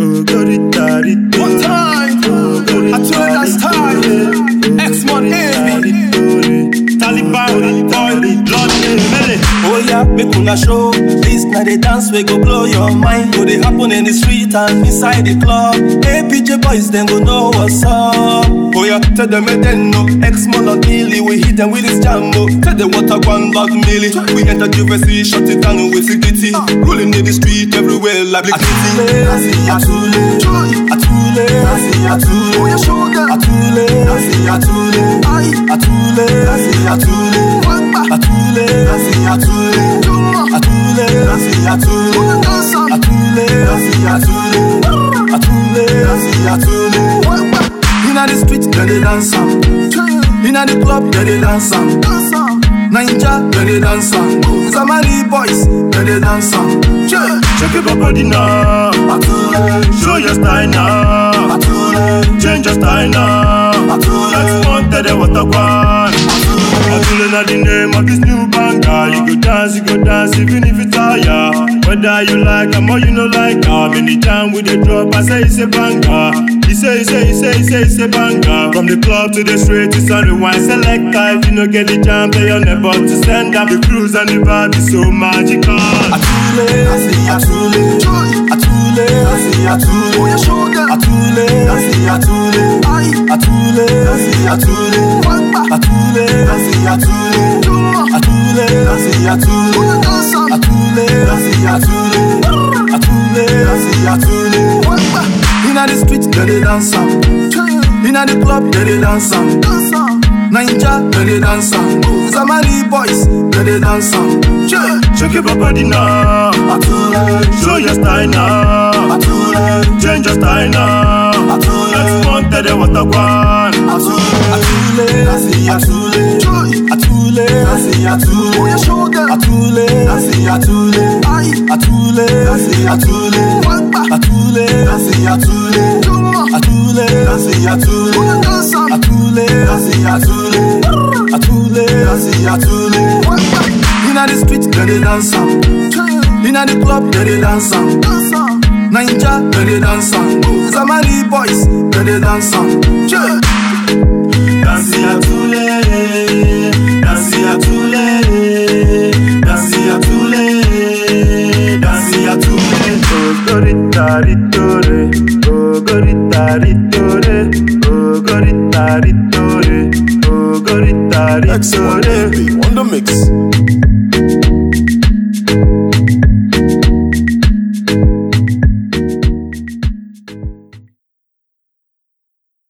Oh, got it, got it. One time, Oh, got it, I told got us it, time. got it. X money, Got baby. it, eh? got it. Taliban, boy, Lord, Mele. Oh yeah, make una show. This na the dance we go blow your mind. Go they happen in the street and inside the club. Hey, PJ boys, then go know what's up. Oh yeah, tell them it then no. X man on daily, we hit them with this jambo. Tell them what I want back milli. We enter JVC, shut it down with security. Rolling in the street everywhere like the kitty. Atule, Atule, Atule, your shoulder. Atule, Atule, Atule, Atule, Wamba. Atule, Atule, Jumma. Atule, Atule, Dancer. Atule, Atule, Atule, Atule. Wamba. Inna the street, then they dance am. Inna the club, then they dance am. Dancer. Ninja, then they dance am. Zamari boys, then they dance am. Yeah. Check it up, body now. Atule, Show your style now. Atule, Change your style now. Atule. Let's want to the water one. Atule na the name of this new banger. You go dance, you go dance, even if you tire. Whether you like am or you no like am, anytime with the drop, I say it's a banger. He say, he say, he say, he say, it's a banger. From the club to the street, it's on the wine selector. If you no get the jam, tell your neighbor to send up the cruise and the vibe is so magical. Atule, Atule, Atule, Atule, your shoulder. Atule, Atule, Atule, Atule, Wamba. Atule, Atule, Jumma. Atule, Atule, Dancer. Atule, Atule, Atule, Atule. Wamba. Inna the street, they dey dance am. Inna the club, they dey dance am. Dancer. Ninja, they dey dance am. Zamari boys, they dey dance am. Yeah. Check it up, body now. Atule, Show your style now. Atule. Change your style now. Let's want to the water one. Atule, asi atule, atule, asi atule, atule, asi atule, atule, asi atule, atule, asi atule, atule, asi atule, atule, asi atule, atule, asi atule. Inna the street, they dey dance am. Inna the club, they dey dance am. Ninja, they dey dance am. Zamari boys, they dey dance am. Yeah. Dancy atule, dancy atule, dancy atule, dancy atule. Oh, gorita ritore, oh, gorita ritore, oh, gorita ritore, oh, gorita X1 ritore. AB on the mix.